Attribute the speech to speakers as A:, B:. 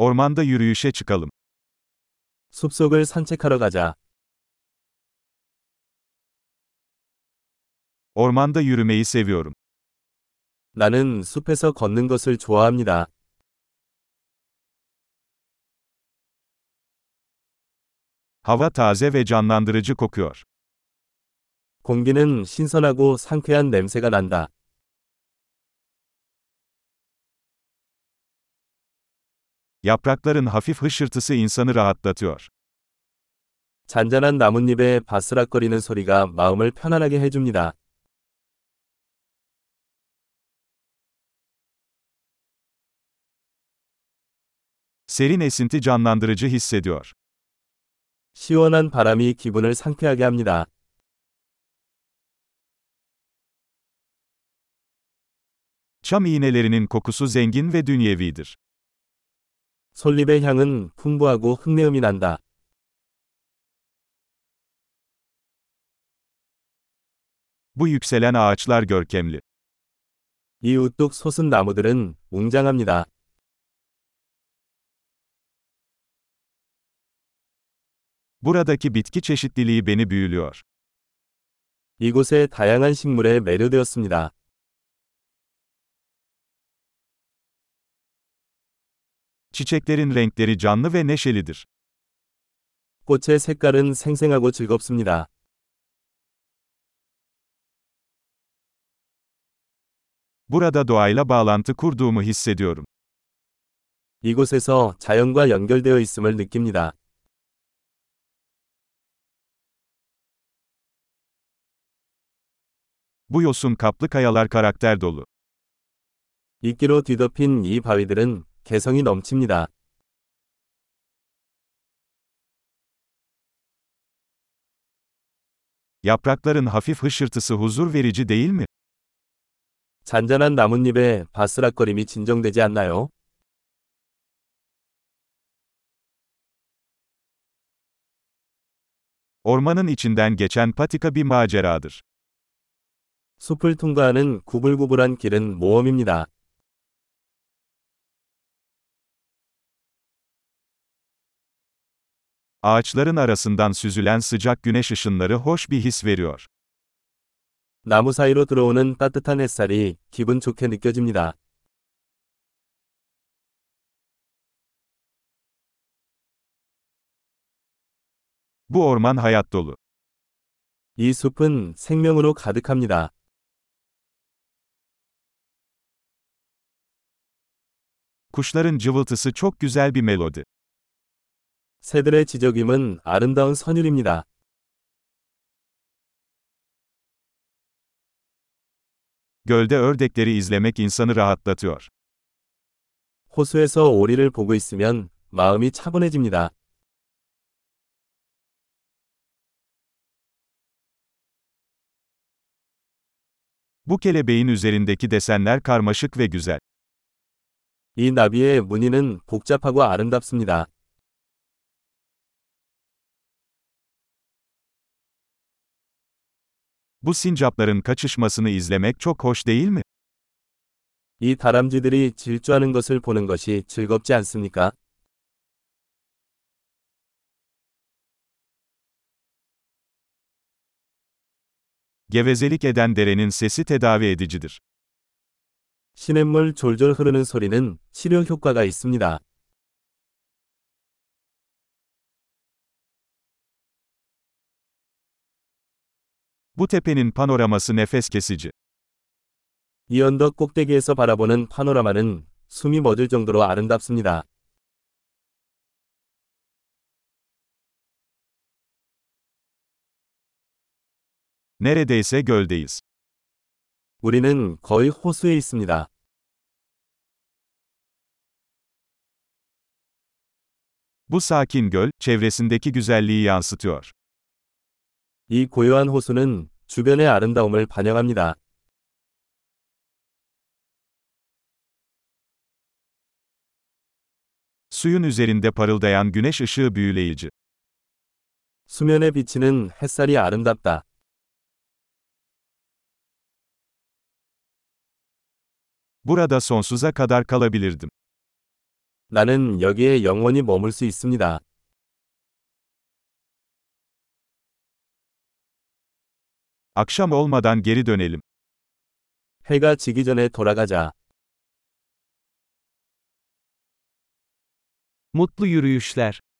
A: Ormanda yürüyüşe çıkalım.
B: 숲속을 산책하러 가자.
A: Ormanda yürümeyi seviyorum.
B: 나는 숲에서 걷는 것을 좋아합니다.
A: Hava taze ve canlandırıcı kokuyor.
B: 공기는 신선하고 상쾌한 냄새가 난다.
A: Yaprakların hafif hışırtısı insanı rahatlatıyor.
B: 잔잔한 나뭇잎의 바스락거리는 소리가 마음을 편안하게 해줍니다.
A: Serin esinti canlandırıcı hissediyor.
B: 시원한 바람이 기분을 상쾌하게 합니다.
A: Çam iğnelerinin kokusu zengin ve dünyevidir.
B: 솔잎의 향은 풍부하고 흙내음이 난다.
A: Bu yükselen ağaçlar görkemli.
B: 이 우뚝 솟은 나무들은 웅장합니다.
A: Buradaki bitki çeşitliliği beni büyülüyor.
B: 이곳의 다양한 식물에 매료되었습니다.
A: Çiçeklerin renkleri canlı ve neşelidir.
B: 꽃의 색깔은 생생하고 즐겁습니다.
A: Burada doğayla bağlantı kurduğumu hissediyorum.
B: 이곳에서 자연과 연결되어 있음을 느낍니다.
A: Bu yosun kaplı kayalar karakter dolu.
B: 이끼로 뒤덮인 이 바위들은 개성이 넘칩니다.
A: Yaprakların hafif hışırtısı huzur verici değil mi?
B: 잔잔한 나뭇잎의 바스락거림이 진정되지 않나요?
A: Ormanın içinden geçen patika bir maceradır.
B: 숲을 통과하는 구불구불한 길은 모험입니다.
A: Ağaçların arasından süzülen sıcak güneş ışınları hoş bir his veriyor.
B: 나무 사이로 들어오는 따뜻한 햇살이 기분 좋게 느껴집니다.
A: Bu orman hayat dolu.
B: 이 숲은 생명으로 가득합니다.
A: Kuşların cıvıltısı çok güzel bir melodi.
B: 새들의 지저귐은 아름다운 선율입니다.
A: Gölde ördekleri izlemek insanı rahatlatıyor.
B: 호수에서 오리를 보고 있으면 마음이 차분해집니다.
A: Bu kelebeğin üzerindeki desenler karmaşık ve güzel.
B: 이 나비의 무늬는 복잡하고 아름답습니다.
A: Bu sincapların kaçışmasını izlemek çok hoş değil mi?
B: 이 다람쥐들이 질주하는 것을 보는 것이 즐겁지 않습니까?
A: Gevezelik eden derenin sesi tedavi edicidir.
B: 시냇물 졸졸 흐르는 소리는 치료 효과가 있습니다.
A: Bu tepenin panoraması nefes kesici.
B: 이 언덕 꼭대기에서 바라보는 파노라마는 숨이 멎을 정도로 아름답습니다.
A: Neredeyse göldeyiz.
B: 우리는 거의 호수에 있습니다.
A: Bu sakin göl, çevresindeki güzelliği yansıtıyor.
B: 이 고요한 호수는 주변의 아름다움을 반영합니다.
A: Suyun üzerinde parıldayan güneş ışığı büyüleyici.
B: 수면에 비치는 햇살이 아름답다.
A: Burada sonsuza kadar kalabilirdim.
B: 나는 여기에 영원히 머물 수 있습니다.
A: Akşam olmadan geri dönelim.
B: 해가 지기 전에 돌아가자.
A: Mutlu yürüyüşler.